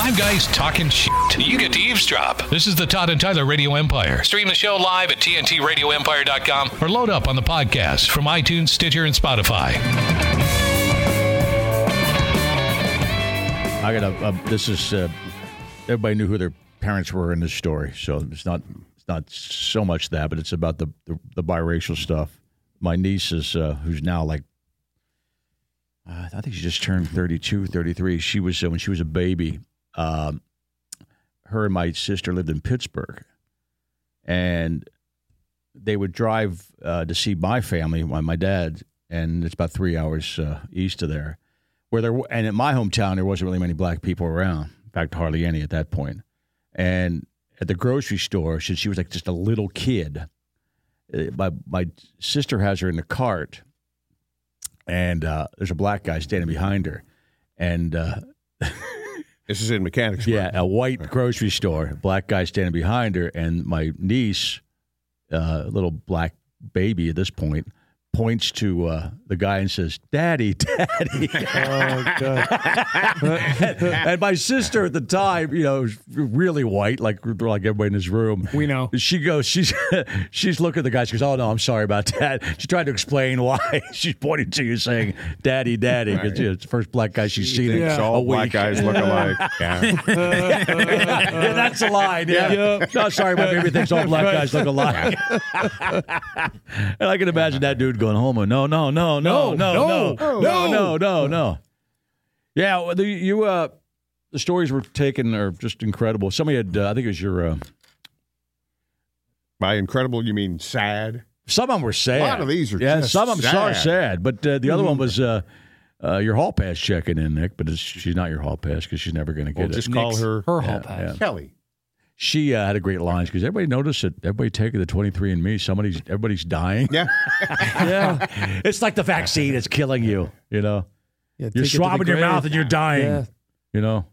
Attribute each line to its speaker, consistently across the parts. Speaker 1: Five guys talking shit. You get to eavesdrop. This is the Todd and Tyler Radio Empire. Stream the show live at TNTRadioEmpire.com or load up on the podcast from iTunes, Stitcher, and Spotify.
Speaker 2: I got a, a this is uh, everybody knew who their parents were in this story, so it's not it's not so much that, but it's about the the, the biracial stuff. My niece is uh, who's now like uh, I think she just turned 32, 33. She was uh, when she was a baby. Um, her and my sister lived in Pittsburgh, and they would drive uh, to see my family, my, my dad, and it's about three hours uh, east of there. Where there, wa- and in my hometown, there wasn't really many black people around. In fact, hardly any at that point. And at the grocery store, since she was like just a little kid, uh, my my sister has her in the cart, and uh, there's a black guy standing behind her, and. Uh,
Speaker 3: This is in mechanics.
Speaker 2: yeah, a white grocery store, a black guy standing behind her, and my niece, uh, little black baby at this point, points to uh, the guy and says, "Daddy, Daddy."
Speaker 4: Oh,
Speaker 2: and my sister at the time, you know, was really white, like like everybody in this room.
Speaker 4: We know.
Speaker 2: She goes, she's she's looking at the guy. She goes, "Oh no, I'm sorry about that." She tried to explain why she's pointing to you, saying, "Daddy, Daddy," because you know, it's the first black guy she's seen. in
Speaker 3: Thinks
Speaker 2: a
Speaker 3: all black
Speaker 2: week.
Speaker 3: guys look alike. Yeah.
Speaker 2: Yeah, that's a line. Yeah. No, sorry, my baby thinks all black guys look alike. and I can imagine that dude going home. No, no, no, no, no, no,
Speaker 4: No,
Speaker 2: no,
Speaker 4: no.
Speaker 2: no, no, no. Yeah, well, the, you. Uh, the stories were taken are just incredible. Somebody had, uh, I think it was your. Uh,
Speaker 3: By incredible, you mean sad?
Speaker 2: some of them were sad.
Speaker 3: A lot of these are
Speaker 2: yeah.
Speaker 3: just
Speaker 2: some of them are
Speaker 3: sad.
Speaker 2: sad, but uh, the other one was. Uh, uh, your hall pass checking in, Nick, but it's, she's not your hall pass because she's never going to get
Speaker 3: We'll
Speaker 2: it.
Speaker 3: just call her
Speaker 4: Her hall pass.
Speaker 3: Kelly.
Speaker 2: she uh, had a great line because everybody noticed that everybody taking the 23 and me somebody's everybody's dying
Speaker 3: Yeah.
Speaker 2: yeah it's like the vaccine it's killing you you know
Speaker 4: Yeah, take
Speaker 2: you're
Speaker 4: it to the
Speaker 2: swabbing your
Speaker 4: grave.
Speaker 2: mouth and you're dying
Speaker 4: Yeah.
Speaker 2: you know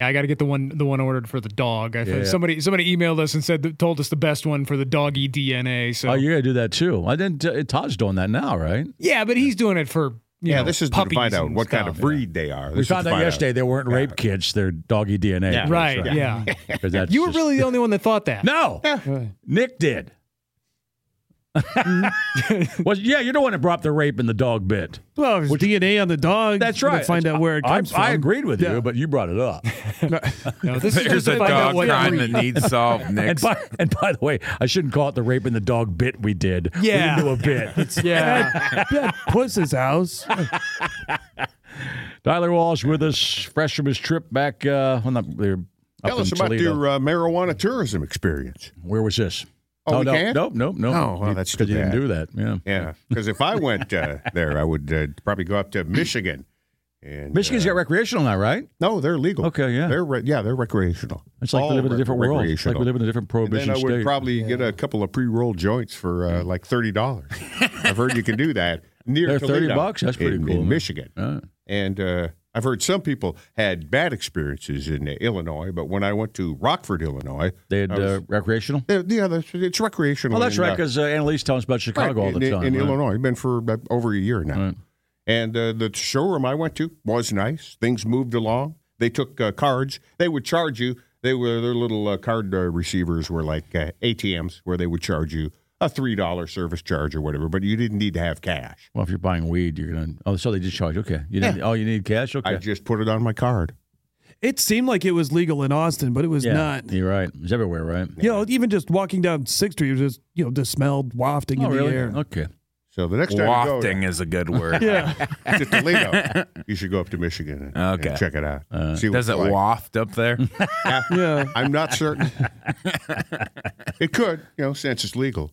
Speaker 4: I got to get the one the one ordered for the dog. I
Speaker 2: Yeah.
Speaker 4: think somebody somebody emailed us and said that, told us the best one for the doggy DNA. So
Speaker 2: oh you're gonna do that too i didn't uh, todd's doing that now right
Speaker 4: yeah, but he's doing it for you
Speaker 3: Yeah,
Speaker 4: know,
Speaker 3: this is to
Speaker 4: puppies
Speaker 3: find out
Speaker 4: and
Speaker 3: what kind
Speaker 4: stuff.
Speaker 3: of breed they are.
Speaker 2: we found out yesterday they weren't rape kids they're doggy dna
Speaker 3: Yeah.
Speaker 4: Right? Yeah.
Speaker 2: 'Cause that's
Speaker 4: You were
Speaker 2: just-
Speaker 4: really the only one that thought that.
Speaker 2: no
Speaker 4: Right.
Speaker 2: nick did
Speaker 4: Mm-hmm.
Speaker 2: well yeah you're the one that brought up the rape and the dog bit
Speaker 5: Well, there's DNA on the dog.
Speaker 2: that's
Speaker 5: Gotta
Speaker 2: right
Speaker 5: Find out where it
Speaker 2: I,
Speaker 5: comes from.
Speaker 2: I agreed with you but you brought it up
Speaker 4: No, this is
Speaker 6: There's
Speaker 4: just
Speaker 6: a
Speaker 4: to find out
Speaker 6: dog
Speaker 4: what
Speaker 6: crime
Speaker 4: breed.
Speaker 6: that needs solved
Speaker 2: And
Speaker 6: next.
Speaker 2: by, and by the way, I shouldn't call it the rape and the dog bit we did.
Speaker 4: Yeah.
Speaker 2: We didn't do a bit.
Speaker 4: Yeah.
Speaker 5: Yeah, Puss's house.
Speaker 2: Tyler Walsh with us, fresh from his trip back uh, on the, they're up
Speaker 3: Tell
Speaker 2: in
Speaker 3: us about
Speaker 2: Toledo.
Speaker 3: your uh, marijuana tourism experience.
Speaker 2: Where was this?
Speaker 3: Oh, we
Speaker 2: no,
Speaker 3: can't?
Speaker 2: nope, nope, nope.
Speaker 3: Oh, well, that's too
Speaker 2: 'Cause you didn't
Speaker 3: bad.
Speaker 2: do that. Yeah.
Speaker 3: Yeah, because if I went uh, there, I would uh, probably go up to Michigan. And
Speaker 2: Michigan's
Speaker 3: uh,
Speaker 2: got recreational now, right?
Speaker 3: no, they're legal.
Speaker 2: Okay, yeah.
Speaker 3: they're re- yeah, they're recreational.
Speaker 2: It's like
Speaker 3: All
Speaker 2: we live in a
Speaker 3: re-
Speaker 2: different world. It's
Speaker 3: recreational.
Speaker 2: like we live in a different
Speaker 3: And
Speaker 2: prohibition
Speaker 3: then I would
Speaker 2: state.
Speaker 3: probably get a couple of pre-rolled joints for uh, like thirty dollars. I've heard you can do that near
Speaker 2: They're 30
Speaker 3: Toledo
Speaker 2: bucks? That's pretty
Speaker 3: in-
Speaker 2: cool,
Speaker 3: in
Speaker 2: man.
Speaker 3: Michigan.
Speaker 2: Uh,
Speaker 3: And uh, I've heard some people had bad experiences in uh, Illinois, but when I went to Rockford, Illinois,
Speaker 2: they had
Speaker 3: I was-
Speaker 2: uh, recreational.
Speaker 3: yeah, yeah, that's, it's recreational.
Speaker 2: Well, that's
Speaker 3: in,
Speaker 2: right
Speaker 3: uh,
Speaker 2: because uh, Annalise tells us about Chicago all
Speaker 3: Right,
Speaker 2: the
Speaker 3: in,
Speaker 2: time.
Speaker 3: In
Speaker 2: right?
Speaker 3: Illinois. I've been for about over a year now.
Speaker 2: Right.
Speaker 3: And uh, the showroom I went to was nice. Things moved along. They took uh, cards. They would charge you. They were their little uh, card uh, receivers were like uh, ATMs where they would charge you a three dollar service charge or whatever, but you didn't need to have cash.
Speaker 2: Well, if you're buying weed, you're gonna. Oh, so they just charge. Okay, you need. Oh, you need cash. Okay,
Speaker 3: I just put it on my card.
Speaker 5: It seemed like it was legal in Austin, but it was
Speaker 2: yeah,
Speaker 5: not.
Speaker 2: You're right. It's everywhere, right?
Speaker 5: You know, even just walking down Sixth Street, it was just you know just smelled wafting
Speaker 2: Oh,
Speaker 5: in
Speaker 2: really?
Speaker 5: the air.
Speaker 2: Okay.
Speaker 3: So the next time
Speaker 6: Wafting is a good word.
Speaker 5: Yeah,
Speaker 3: you go to Toledo, you should go up to Michigan and, and
Speaker 6: Okay.
Speaker 3: check it out.
Speaker 2: Uh,
Speaker 3: See what
Speaker 6: Does
Speaker 3: it's
Speaker 6: it
Speaker 3: like.
Speaker 6: waft up there?
Speaker 5: yeah.
Speaker 3: I'm not certain. it could, you know, since it's legal.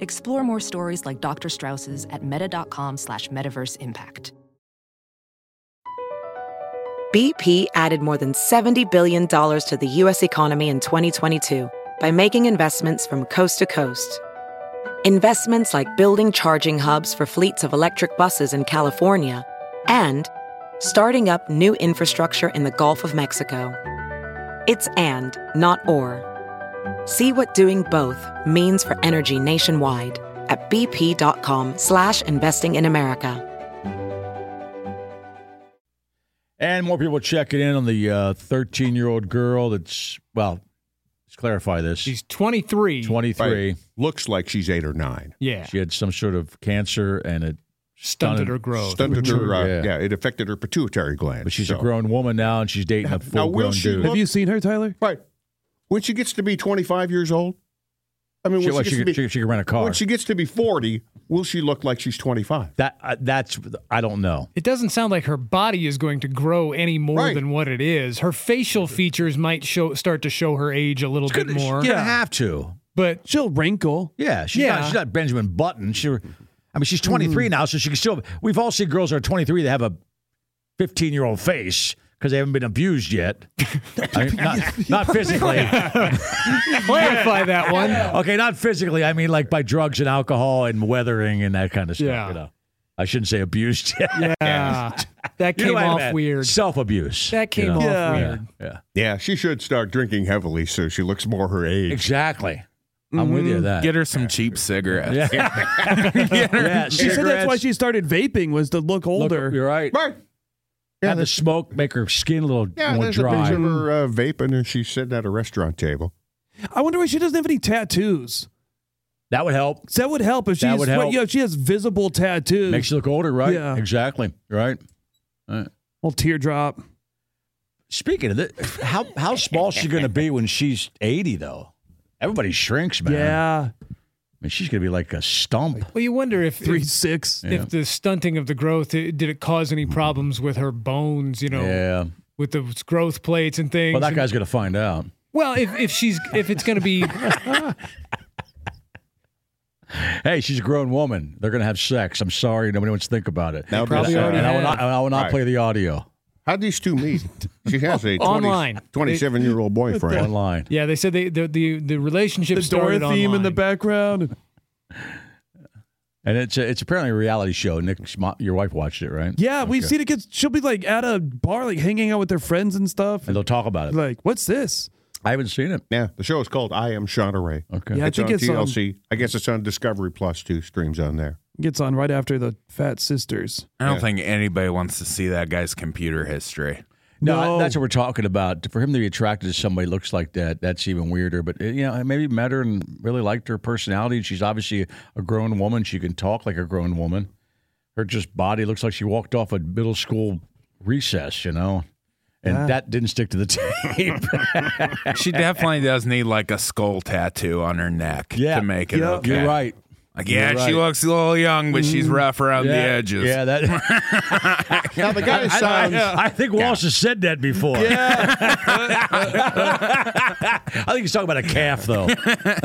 Speaker 7: explore more stories like Dr. Strauss's at meta.com slash metaverse impact.
Speaker 8: BP added more than $70 billion to the U.S. economy in 2022 by making investments from coast to coast. Investments like building charging hubs for fleets of electric buses in California and starting up new infrastructure in the Gulf of Mexico. It's and, not or. See what doing both means for energy nationwide at bp.com slash investing in America.
Speaker 2: And more people checking in on the 13 year old girl. That's well. Let's clarify this.
Speaker 4: She's 23.
Speaker 2: 23.
Speaker 3: Right. Looks like she's eight or nine.
Speaker 4: Yeah.
Speaker 2: She had some sort of cancer, and it.
Speaker 4: Stunted her growth.
Speaker 3: Stunted her, uh,
Speaker 2: Oh, Yeah.
Speaker 3: yeah. it affected her pituitary gland.
Speaker 2: But she's
Speaker 3: So-
Speaker 2: a grown woman now, and she's dating a full
Speaker 3: will
Speaker 2: grown
Speaker 3: she
Speaker 2: dude.
Speaker 3: look-
Speaker 5: Have you seen her, Tyler?
Speaker 3: Right. When she gets to be 25 years old, I mean,
Speaker 2: She-
Speaker 3: when
Speaker 2: well,
Speaker 3: she,
Speaker 2: she
Speaker 3: gets to
Speaker 2: could-
Speaker 3: be,
Speaker 2: she- she could rent a car.
Speaker 3: When she gets to be 40, will she look like she's 25?
Speaker 2: That uh, that's I don't know.
Speaker 4: It doesn't sound like her body is going to grow any more
Speaker 3: Right.
Speaker 4: than what it is. Her facial features might show start to show her age a little bit more.
Speaker 2: She's gonna have to.
Speaker 4: But
Speaker 5: She'll wrinkle.
Speaker 2: Yeah, she's
Speaker 4: Yeah.
Speaker 2: not she's not Benjamin Button. She, I mean, she's 23 now, so she can still. We've all seen girls that are 23 that have a 15 year old face because they haven't been abused yet. I mean, not, not physically.
Speaker 4: clarify that one.
Speaker 2: Okay, not physically. I mean, like by drugs and alcohol and weathering and that kind of stuff.
Speaker 4: Yeah.
Speaker 2: You know, I shouldn't say abused yet.
Speaker 4: Yeah. That
Speaker 2: You know
Speaker 4: came
Speaker 2: what I
Speaker 4: off
Speaker 2: meant.
Speaker 4: weird.
Speaker 2: Self abuse.
Speaker 4: That came off weird.
Speaker 2: Yeah,
Speaker 3: Yeah, she should start drinking heavily so she looks more her age.
Speaker 2: exactly. I'm with you on that.
Speaker 6: Get her some cheap cigarettes.
Speaker 2: yeah,
Speaker 5: She said that's why
Speaker 2: cigarettes.
Speaker 5: she started vaping was to look older.
Speaker 2: Look, you're right.
Speaker 3: Right.
Speaker 2: Have the smoke make her skin a little
Speaker 3: Yeah,
Speaker 2: more
Speaker 3: there's a
Speaker 2: dry.
Speaker 3: picture of her uh, vaping and she's sitting at a restaurant table.
Speaker 5: I wonder why she doesn't have any tattoos.
Speaker 2: That would help.
Speaker 5: 'Cause That would help if she
Speaker 2: That
Speaker 5: has,
Speaker 2: would
Speaker 5: but,
Speaker 2: help.
Speaker 5: you know, if she has visible tattoos.
Speaker 2: Makes you look older, right?
Speaker 5: Yeah.
Speaker 2: Exactly. Right.
Speaker 5: little teardrop.
Speaker 2: Speaking of that, how how small is she going to be when she's 80 though? Everybody shrinks, man.
Speaker 5: Yeah,
Speaker 2: I mean, she's going to be like a stump.
Speaker 4: Well, you wonder if
Speaker 5: three six. Mm-hmm.
Speaker 4: if the stunting of the growth it, did it cause any problems with her bones? You know,
Speaker 2: Yeah.
Speaker 4: with the growth plates and things.
Speaker 2: Well, that
Speaker 4: and-
Speaker 2: guy's going to find out.
Speaker 4: Well, if, if she's if it's going to be
Speaker 2: Hey, she's a grown woman. They're going to have sex. I'm sorry, nobody wants to think about it.
Speaker 3: Now,
Speaker 4: probably
Speaker 3: this, uh,
Speaker 4: already
Speaker 2: and I will
Speaker 4: have.
Speaker 2: not. and I will not
Speaker 3: Right.
Speaker 2: play the audio
Speaker 3: how'd these two meet? She has a 20,
Speaker 4: Online.
Speaker 3: 27 year old boyfriend.
Speaker 2: online.
Speaker 4: yeah, they said they, the the the relationship
Speaker 5: the Dora
Speaker 4: started
Speaker 5: theme
Speaker 4: online.
Speaker 5: in the background.
Speaker 2: And it's a, it's apparently a reality show. Nick's mo- your wife watched it, right?
Speaker 5: Yeah, we've seen it. Kids, she'll be like at a bar, like hanging out with their friends and stuff.
Speaker 2: And they'll talk about it.
Speaker 5: Like, what's this?
Speaker 2: I haven't seen it.
Speaker 3: Yeah, the show is called I Am Shauna Ray.
Speaker 2: Okay.
Speaker 5: Yeah, I
Speaker 3: It's
Speaker 5: think
Speaker 3: on
Speaker 5: it's on,
Speaker 3: TLC. I guess it's on Discovery Plus, too. Streams on there.
Speaker 5: gets on right after the Fat Sisters.
Speaker 6: I don't think anybody wants to see that guy's computer history.
Speaker 2: No,
Speaker 5: No.
Speaker 2: that's what we're talking about. For him to be attracted to somebody who looks like that, that's even weirder. But uh, you know, I maybe met her and really liked her personality. She's obviously a grown woman. She can talk like a grown woman. Her just body looks like she walked off a middle school recess, you know. And that didn't stick to the tape.
Speaker 6: She definitely does need like a skull tattoo on her neck
Speaker 2: Yeah.
Speaker 6: to make it okay.
Speaker 2: You're right.
Speaker 6: Like, yeah,
Speaker 2: You're
Speaker 6: she
Speaker 2: right. Mm.
Speaker 6: looks a little young, but she's rough around the edges.
Speaker 2: Yeah, that.
Speaker 3: Now, the guy
Speaker 2: I,
Speaker 3: sounds.
Speaker 2: I think Walsh has said that before. Yeah. I think he's talking about a calf, though.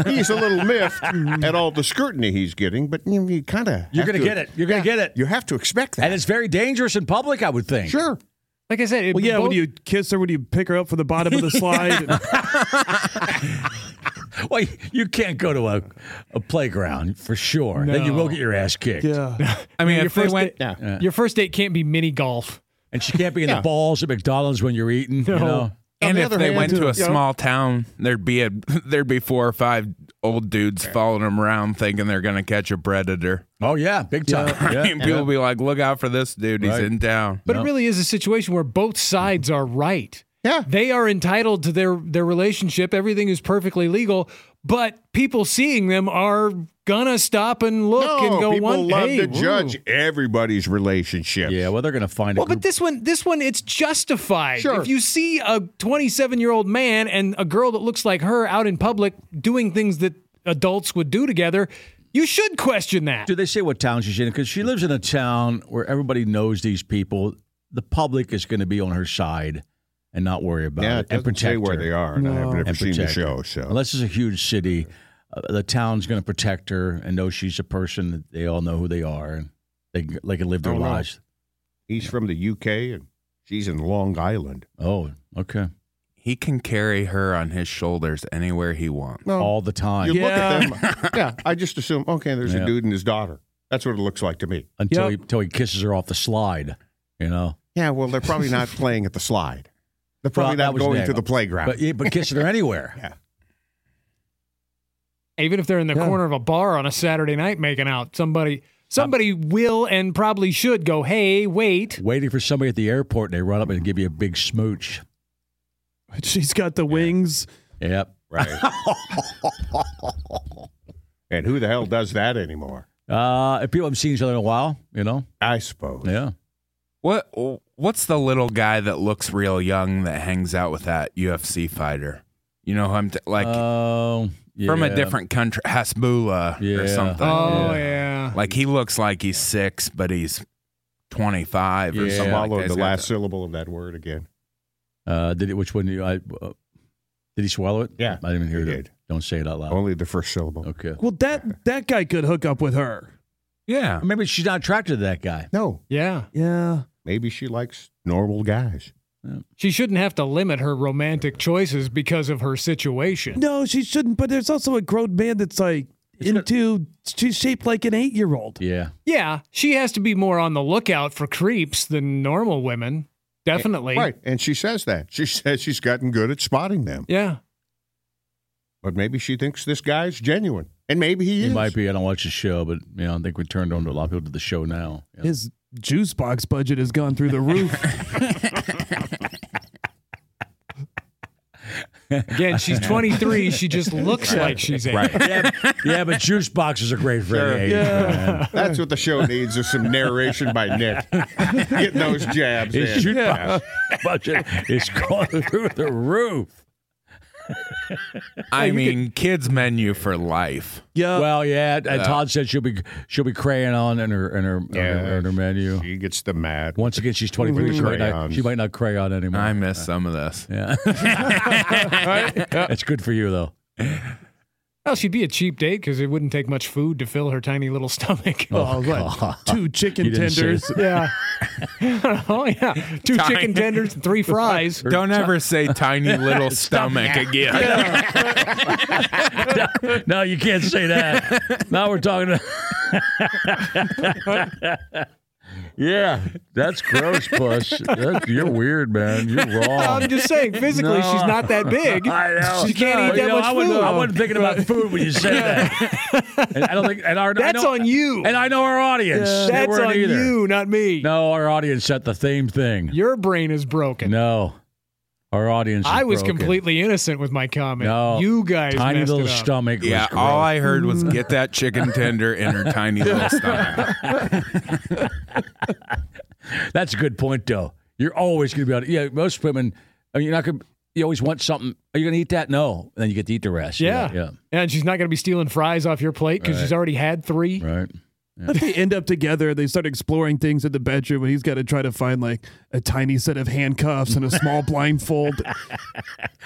Speaker 3: he's a little miffed at all the scrutiny he's getting, but you, you kind of
Speaker 2: You're gonna get it. You're gonna get it.
Speaker 3: You have to expect that.
Speaker 2: And it's very dangerous in public, I would think.
Speaker 3: sure.
Speaker 4: like I said, it,
Speaker 5: Well, yeah,
Speaker 4: both,
Speaker 5: when you kiss her, when you pick her up from the bottom of the slide,
Speaker 2: Well, you- you can't go to a, a playground for sure. Then you will get your ass kicked.
Speaker 5: Yeah.
Speaker 6: I mean, if they
Speaker 4: first
Speaker 6: went,
Speaker 4: date, your first date can't be mini golf.
Speaker 2: And she can't be in the balls at McDonald's when you're eating. You know?
Speaker 3: On
Speaker 6: and
Speaker 3: the
Speaker 6: if
Speaker 3: other
Speaker 6: they
Speaker 3: hand,
Speaker 6: went to a
Speaker 3: you know-
Speaker 6: small town, there'd be a there'd be four or five old dudes following them around, thinking they're gonna catch a predator.
Speaker 2: Oh yeah, big time. Yeah.
Speaker 6: I mean, people be like, "Look out for this dude.
Speaker 2: Right.
Speaker 6: He's in town."
Speaker 4: But it really is a situation where both sides are right.
Speaker 3: Yeah.
Speaker 4: They are entitled to their their relationship. Everything is perfectly legal, but people seeing them are gonna stop and look
Speaker 3: no,
Speaker 4: and go
Speaker 3: people
Speaker 4: one
Speaker 3: love
Speaker 4: hey,
Speaker 3: to
Speaker 4: woo."
Speaker 3: judge everybody's relationship.
Speaker 2: Yeah, well, they're gonna find a
Speaker 4: Well,
Speaker 2: group.
Speaker 4: but this one, this one, it's justified.
Speaker 3: Sure.
Speaker 4: If you see a 27 year old man and a girl that looks like her out in public doing things that adults would do together, you should question that.
Speaker 2: Do they say what town she's in? Because she lives in a town where everybody knows these people. The public is going to be on her side and not worry about it uh,
Speaker 3: Yeah, it
Speaker 2: and
Speaker 3: doesn't
Speaker 2: protect
Speaker 3: say where
Speaker 2: her.
Speaker 3: they are. And I have never
Speaker 2: and
Speaker 3: seen the
Speaker 2: protect her.
Speaker 3: show, so
Speaker 2: unless it's a huge city, uh, the town's going to protect her and know she's a person that they all know who they are and they can- they can live their
Speaker 3: Oh, no.
Speaker 2: lives.
Speaker 3: he's from the UK and she's in Long Island.
Speaker 2: Oh, okay,
Speaker 6: He can carry her on his shoulders anywhere he wants.
Speaker 2: all the time
Speaker 3: Oh. You look at them. yeah, I just assume okay. There's
Speaker 2: Yeah.
Speaker 3: a dude and his daughter. That's what it looks like to me.
Speaker 2: until
Speaker 4: Yep.
Speaker 2: he until he kisses her off the slide. You know,
Speaker 3: Yeah, well, they're probably not playing at the slide. They're
Speaker 2: Well,
Speaker 3: probably
Speaker 2: that
Speaker 3: not
Speaker 2: was
Speaker 3: going
Speaker 2: Nick.
Speaker 3: to the playground.
Speaker 2: but yeah, but kissing her anywhere.
Speaker 3: yeah.
Speaker 4: Even if they're in the corner of a bar on a Saturday night making out, somebody somebody will and probably should go, hey, wait.
Speaker 2: Waiting for somebody at the airport, and they run up and give you a big smooch.
Speaker 5: She's got the wings.
Speaker 2: Yep.
Speaker 3: Right. and who the hell does that anymore?
Speaker 2: Uh, if people haven't seen each other in a while, you know,
Speaker 3: I suppose.
Speaker 2: yeah.
Speaker 6: What what's the little guy that looks real young that hangs out with that UFC fighter? You know, who I'm t- like
Speaker 2: Oh,
Speaker 6: from a
Speaker 2: yeah.
Speaker 6: different country, Hasbula
Speaker 2: Yeah.
Speaker 6: or something.
Speaker 4: Oh,
Speaker 2: Yeah.
Speaker 4: yeah.
Speaker 6: Like he looks like he's six, but he's twenty five or
Speaker 2: Yeah.
Speaker 6: something. like
Speaker 3: Swallow
Speaker 6: that.
Speaker 3: the
Speaker 6: He's got
Speaker 3: last
Speaker 6: the-
Speaker 3: syllable of that word again.
Speaker 2: Uh, did it? Which one? do You, I uh, did he swallow it?
Speaker 3: Yeah,
Speaker 2: I didn't even hear
Speaker 3: he
Speaker 2: it.
Speaker 3: did.
Speaker 2: Don't say it out loud.
Speaker 3: Only the first syllable.
Speaker 2: Oh. Okay.
Speaker 5: Well, that that guy could hook up with her.
Speaker 6: yeah.
Speaker 2: Maybe she's not attracted to that guy.
Speaker 3: No,
Speaker 4: Yeah.
Speaker 5: Yeah.
Speaker 3: maybe she likes normal guys.
Speaker 4: She shouldn't have to limit her romantic choices because of her situation.
Speaker 5: No, she shouldn't. But there's also a grown man that's like into. she's shaped like an eight year old.
Speaker 2: Yeah.
Speaker 4: Yeah, she has to be more on the lookout for creeps than normal women. Definitely.
Speaker 3: Right. And she says that. She says she's gotten good at spotting them.
Speaker 4: Yeah.
Speaker 3: But maybe she thinks this guy's genuine. And maybe he,
Speaker 2: He
Speaker 3: is.
Speaker 2: might be. I don't watch the show, but you know, I think we turned on to a lot of people to the show now. Yeah.
Speaker 5: His juice box budget has gone through the roof.
Speaker 4: Again, she's 23. She just looks like she's eight.
Speaker 2: yeah, yeah, but juice boxes are great for any age. man.
Speaker 3: That's what the show needs is some narration by Nick. Get those jabs in.
Speaker 2: His juice box budget is going through the roof.
Speaker 6: I mean, kids menu for life.
Speaker 5: yeah.
Speaker 2: well, yeah. And Todd said she'll be she'll be craying on in her in her in her- in her menu.
Speaker 3: She gets the mad.
Speaker 2: Once again, she's 23. She might, not,
Speaker 3: Crayons.
Speaker 2: she might not crayon anymore.
Speaker 6: I miss some of this.
Speaker 2: yeah. That's good for you, though.
Speaker 4: Well, she'd be a cheap date because it wouldn't take much food to fill her tiny little stomach.
Speaker 5: Oh, what? Two
Speaker 2: You
Speaker 5: chicken
Speaker 2: didn't say
Speaker 5: tenders.
Speaker 4: Yeah. oh, yeah. Two chicken tenders and three fries.
Speaker 6: Don't ever say tiny little stomach again.
Speaker 2: No, you can't say that. now we're talking. yeah, that's gross, Puss. That- you're weird, man. You're
Speaker 4: I'm
Speaker 2: wrong.
Speaker 4: just saying, physically, she's not that big.
Speaker 2: I know.
Speaker 4: She can't
Speaker 2: No,
Speaker 4: eat that
Speaker 2: you know,
Speaker 4: much
Speaker 2: I wasn't,
Speaker 4: food.
Speaker 2: I wasn't thinking about food when you said that. And I don't think. And our,
Speaker 4: That's
Speaker 2: I know,
Speaker 4: on you.
Speaker 2: And I know our audience. They
Speaker 4: That's
Speaker 2: weren't
Speaker 4: on
Speaker 2: either.
Speaker 4: you, not me.
Speaker 2: No, our audience said the same thing.
Speaker 4: Your brain is broken.
Speaker 2: No, our audience. is
Speaker 4: I was
Speaker 2: broken.
Speaker 4: completely innocent with my comment.
Speaker 2: No,
Speaker 4: you guys
Speaker 2: tiny
Speaker 4: messed
Speaker 2: little
Speaker 4: it up.
Speaker 2: stomach. was
Speaker 6: Yeah,
Speaker 2: gross.
Speaker 6: all I heard was get that chicken tender in her tiny little stomach.
Speaker 2: That's a good point, though. You're always going to be on. Yeah, most women. I mean, you're not going. to You always want something. Are you going to eat that? No. And then you get to eat the rest.
Speaker 4: Yeah.
Speaker 2: yeah,
Speaker 4: And she's not going to be stealing fries off your plate because she's already had three.
Speaker 2: yeah. right.
Speaker 5: If they end up together, they start exploring things in the bedroom, and he's got to try to find like a tiny set of handcuffs and a small blindfold.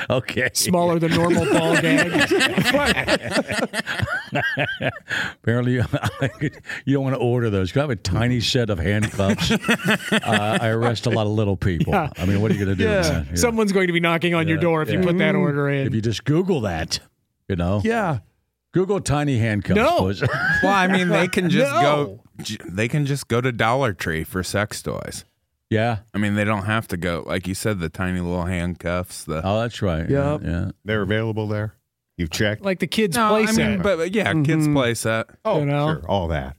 Speaker 2: Okay.
Speaker 4: Smaller than normal ball gag.
Speaker 2: Apparently, you don't want to order those. 'cause I have a tiny set of handcuffs. uh, I arrest a lot of little people. I mean, what are you going to do? man? Yeah.
Speaker 3: Mm-hmm.
Speaker 4: Someone's going to be knocking on your door if you put that order in.
Speaker 2: if you just Google that, You know?
Speaker 5: Yeah.
Speaker 2: Google tiny handcuffs.
Speaker 4: No.
Speaker 2: please.
Speaker 6: Well, I mean, they can just
Speaker 4: No.
Speaker 6: go. j- They can just go to Dollar Tree for sex toys.
Speaker 2: yeah.
Speaker 6: I mean, they don't have to go like you said. The tiny little handcuffs. The
Speaker 2: Oh, that's right.
Speaker 5: Yep.
Speaker 2: Yeah.
Speaker 3: They're available there. You've checked.
Speaker 4: Like the kids'
Speaker 6: no,
Speaker 4: play
Speaker 6: I mean,
Speaker 4: set.
Speaker 6: but, but yeah, kids
Speaker 5: Mhm.
Speaker 6: play set.
Speaker 3: Oh,
Speaker 4: You know?
Speaker 3: sure, all that.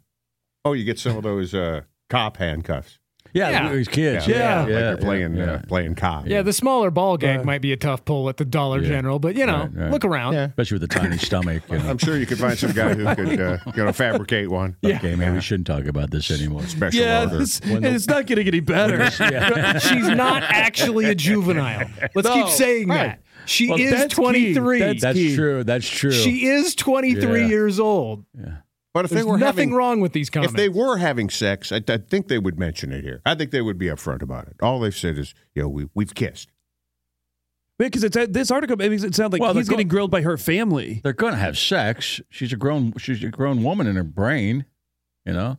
Speaker 3: Oh, you get some of those uh, cop handcuffs.
Speaker 2: Yeah.
Speaker 4: Yeah.
Speaker 2: These kids.
Speaker 4: Yeah.
Speaker 3: like
Speaker 2: Yeah,
Speaker 3: you're playing
Speaker 2: yeah,
Speaker 3: uh,
Speaker 2: yeah.
Speaker 3: playing cop.
Speaker 4: yeah, the smaller ball gag
Speaker 5: Uh,
Speaker 4: might be a tough pull at the Dollar
Speaker 2: Yeah.
Speaker 4: General, but you know,
Speaker 2: Right, right.
Speaker 4: look around.
Speaker 3: Yeah.
Speaker 2: Especially with a tiny stomach. You know?
Speaker 3: I'm sure you could find some guy who could uh, you know fabricate one.
Speaker 2: Okay, maybe we shouldn't talk about this anymore.
Speaker 3: Special
Speaker 5: Yeah,
Speaker 3: order.
Speaker 5: this- and it's not getting any better.
Speaker 4: She's not actually a juvenile. Let's
Speaker 5: No.
Speaker 4: keep saying
Speaker 5: Right.
Speaker 4: that. She
Speaker 5: Well,
Speaker 4: is
Speaker 5: that's key.
Speaker 4: 23.
Speaker 5: That's
Speaker 2: That's
Speaker 5: key.
Speaker 2: true. That's true.
Speaker 4: She is 23
Speaker 2: Yeah.
Speaker 4: years old.
Speaker 3: But if
Speaker 4: There's
Speaker 3: they were
Speaker 4: nothing
Speaker 3: having,
Speaker 4: wrong with these comments.
Speaker 3: if they were having sex, I, I think they would mention it here. I think they would be upfront about it. All they've said is, "Yo, we we've kissed."
Speaker 5: Because it's this article makes it sound like
Speaker 2: Well,
Speaker 5: he's
Speaker 2: they're
Speaker 5: getting grilled by her family.
Speaker 2: They're going to have sex. She's a grown. She's a grown woman in her brain. You know,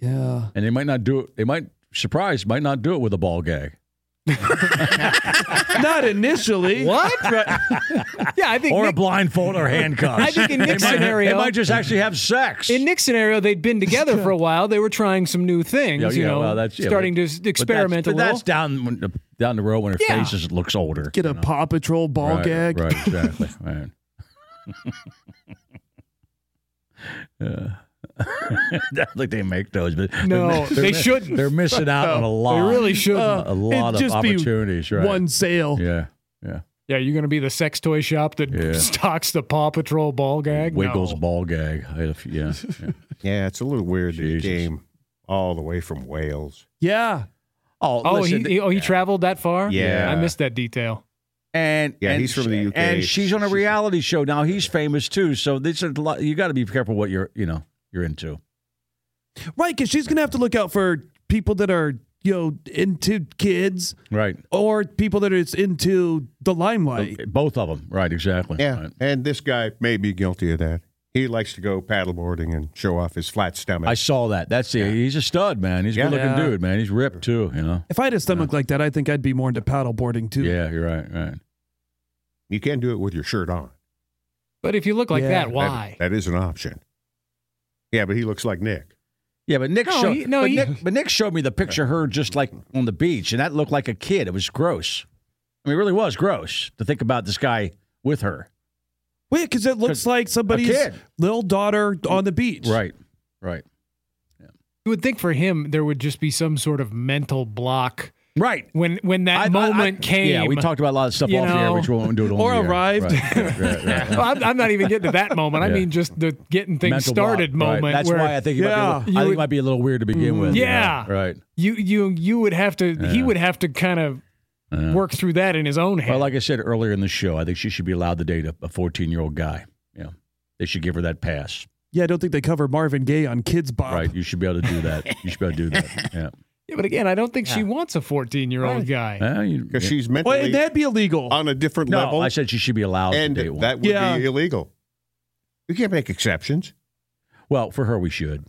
Speaker 5: Yeah.
Speaker 2: and they might not do it. They might surprise. Might not do it with a ball gag.
Speaker 5: Not initially.
Speaker 4: what? yeah, I think
Speaker 2: or
Speaker 4: Nick-
Speaker 2: a blindfold or handcuffs.
Speaker 4: I think in
Speaker 2: they
Speaker 4: Nick's
Speaker 2: might,
Speaker 4: scenario-
Speaker 2: they might just actually have sex.
Speaker 4: in Nick's scenario, they'd been together for a while. They were trying some new things,
Speaker 2: Yeah,
Speaker 4: you
Speaker 2: yeah,
Speaker 4: know,
Speaker 2: well, that's- yeah,
Speaker 4: starting
Speaker 2: but-
Speaker 4: to s- experiment
Speaker 2: but that's, but
Speaker 4: a little.
Speaker 2: that's down when the, down the road when her
Speaker 4: Yeah.
Speaker 2: face is, looks older.
Speaker 5: Get
Speaker 2: you
Speaker 5: a
Speaker 2: know?
Speaker 5: Paw Patrol ball
Speaker 2: right,
Speaker 5: gag.
Speaker 2: Right, exactly. Right. yeah. Not like they make those, but they're
Speaker 4: No,
Speaker 2: mi- they're
Speaker 4: they
Speaker 2: mi-
Speaker 4: shouldn't.
Speaker 2: They're missing out on a lot.
Speaker 4: they really shouldn't.
Speaker 2: a lot
Speaker 5: it'd
Speaker 2: of
Speaker 5: just be
Speaker 2: opportunities. Right.
Speaker 5: One sale.
Speaker 2: Yeah. Yeah.
Speaker 4: yeah, you're going to be the sex toy shop that
Speaker 2: Yeah.
Speaker 4: stocks the Paw Patrol ball gag.
Speaker 2: Wiggles
Speaker 4: No.
Speaker 2: ball gag. I had a few- Yeah. yeah.
Speaker 3: Yeah, it's a little weird that he
Speaker 2: Jesus.
Speaker 3: came all the way from Wales.
Speaker 5: Yeah.
Speaker 4: Oh,
Speaker 2: listen,
Speaker 4: he,
Speaker 2: the-
Speaker 4: he- oh, he traveled that far.
Speaker 3: Yeah.
Speaker 4: I missed that detail.
Speaker 2: And
Speaker 3: Yeah,
Speaker 2: and
Speaker 3: he's from
Speaker 2: sh-
Speaker 3: the UK.
Speaker 2: and she's on a
Speaker 3: She's-
Speaker 2: reality show now. He's famous too, so this is a lot, you got to be careful what you're you know you're into.
Speaker 5: Right, because she's gonna have to look out for people that are you know into kids
Speaker 2: Right,
Speaker 5: or people that are just into the limelight.
Speaker 2: both of them. Right, exactly.
Speaker 3: Yeah,
Speaker 2: Right.
Speaker 3: and this guy may be guilty of that. He likes to go paddleboarding and show off his flat stomach.
Speaker 2: I saw that. That's the he's a stud, man. He's a good
Speaker 3: Yeah.
Speaker 2: looking
Speaker 5: Yeah.
Speaker 2: dude, man. He's ripped too. You know.
Speaker 5: If I had a stomach like that, I think I'd be more into paddleboarding too.
Speaker 2: Yeah, you're right. Right.
Speaker 3: you can do it with your shirt on.
Speaker 4: But if you look like
Speaker 5: Yeah.
Speaker 4: that,
Speaker 5: That-
Speaker 4: why?
Speaker 3: That is an option. Yeah, but he looks like Nick.
Speaker 2: Yeah, but Nick
Speaker 4: No,
Speaker 2: showed
Speaker 4: he- no,
Speaker 2: but,
Speaker 4: he-
Speaker 2: Nick, but Nick showed me the picture of her just like on the beach, and that looked like a kid. It was gross. I mean, it really was gross to think about this guy with her.
Speaker 5: Wait, because it looks like somebody's
Speaker 2: kid.
Speaker 5: little daughter on the beach.
Speaker 2: Right. Right.
Speaker 4: you would think for him there would just be some sort of mental block
Speaker 2: Right.
Speaker 4: when when that
Speaker 2: I- I- I-
Speaker 4: moment came.
Speaker 2: Yeah, we talked about a lot of stuff
Speaker 4: you
Speaker 2: off the air,
Speaker 4: know.
Speaker 2: which we won't do it on
Speaker 5: Or
Speaker 2: the air.
Speaker 5: arrived.
Speaker 2: Right, right, right, right.
Speaker 4: Well, I'm, I'm not even getting to that moment. I
Speaker 2: Yeah.
Speaker 4: mean, just the getting things
Speaker 2: Mental block,
Speaker 4: started
Speaker 2: right.
Speaker 4: moment.
Speaker 2: That's
Speaker 4: where
Speaker 2: why I think it might be a
Speaker 5: Yeah.
Speaker 2: little-
Speaker 4: You
Speaker 2: I think
Speaker 4: would- Mm,
Speaker 2: it might be a little weird to begin with.
Speaker 4: Yeah.
Speaker 2: Right.
Speaker 4: you you you would have to. He would have to kind of
Speaker 2: Yeah.
Speaker 4: work through that in his own head.
Speaker 2: Well, like I said earlier in the show, I think she should be allowed to date a a 14 year old guy. Yeah. They should give her that pass.
Speaker 5: Yeah, I don't think they cover Marvin Gaye on Kids Bop.
Speaker 2: Right. You should be able to do that. You should be able to do that. Yeah.
Speaker 4: yeah, but again, I don't think she wants a 14 year old guy.
Speaker 2: Well, you-
Speaker 3: Because
Speaker 2: yeah.
Speaker 3: she's
Speaker 5: Well,
Speaker 3: mentally
Speaker 5: and that'd be illegal.
Speaker 3: on a different
Speaker 2: no,
Speaker 3: level,
Speaker 2: I said she should be allowed
Speaker 3: and
Speaker 2: to date one.
Speaker 3: that would
Speaker 5: Yeah.
Speaker 3: be illegal. You can't make exceptions.
Speaker 2: well, for her, we should.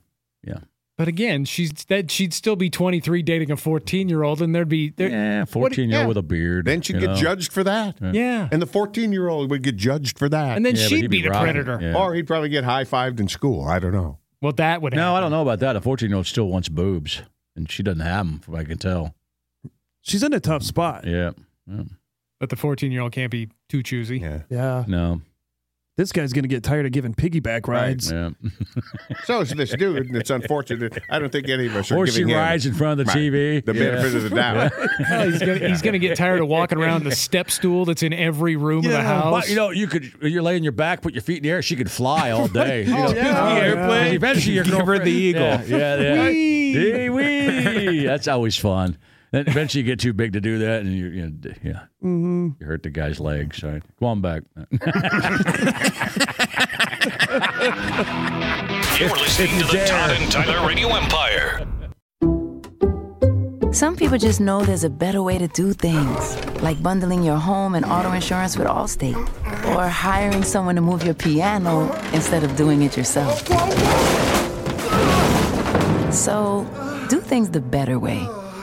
Speaker 2: Yeah.
Speaker 4: But again, she's that she'd still be 23 dating a 14 year old, and there'd be there.
Speaker 2: yeah. 14 year
Speaker 3: yeah.
Speaker 2: old with a beard.
Speaker 3: Then she'd
Speaker 2: you
Speaker 3: get
Speaker 2: know.
Speaker 3: judged for that.
Speaker 4: yeah.
Speaker 3: And the 14 year old would get judged for that.
Speaker 4: And then
Speaker 2: Yeah, but
Speaker 4: she'd
Speaker 2: he'd
Speaker 4: be,
Speaker 2: be
Speaker 4: the
Speaker 2: robbed.
Speaker 4: predator.
Speaker 2: Yeah.
Speaker 3: Or he'd probably get high fived in school. I don't know.
Speaker 4: Well, that would.
Speaker 2: No, I
Speaker 4: happen.
Speaker 2: don't know about that. A 14 year old still wants boobs, and she doesn't have them, from what I can tell.
Speaker 5: She's in a tough spot.
Speaker 2: Yeah. yeah.
Speaker 4: But the 14 year old can't be too choosy.
Speaker 3: Yeah.
Speaker 5: Yeah.
Speaker 2: No.
Speaker 5: This guy's going to get tired of giving piggyback rides.
Speaker 2: Yeah.
Speaker 3: So is this dude, and it's unfortunate. I don't think any of us are
Speaker 2: or she
Speaker 3: giving him
Speaker 2: rides in front of the
Speaker 3: Right.
Speaker 2: TV.
Speaker 3: the benefit of the doubt.
Speaker 4: Oh, he's gonna he's gonna get tired of walking around the step stool that's in every room of the house.
Speaker 2: But, you know, you could you're laying your back, put your feet in the air. She could fly all day. you know.
Speaker 5: yeah. The airplane.
Speaker 2: Eventually, you're
Speaker 6: Give her the eagle.
Speaker 2: Yeah, yeah. yeah. Wee. wee. That's always fun. Then eventually, you get too big to do that, and you, you know, d- yeah, you hurt the guy's legs. All right, go on back.
Speaker 1: You're listening
Speaker 2: you
Speaker 1: to the
Speaker 2: dare.
Speaker 1: Todd and Tyler Radio Empire.
Speaker 9: Some people just know there's a better way to do things, like bundling your home and auto insurance with Allstate, or hiring someone to move your piano instead of doing it yourself. So, do things the better way.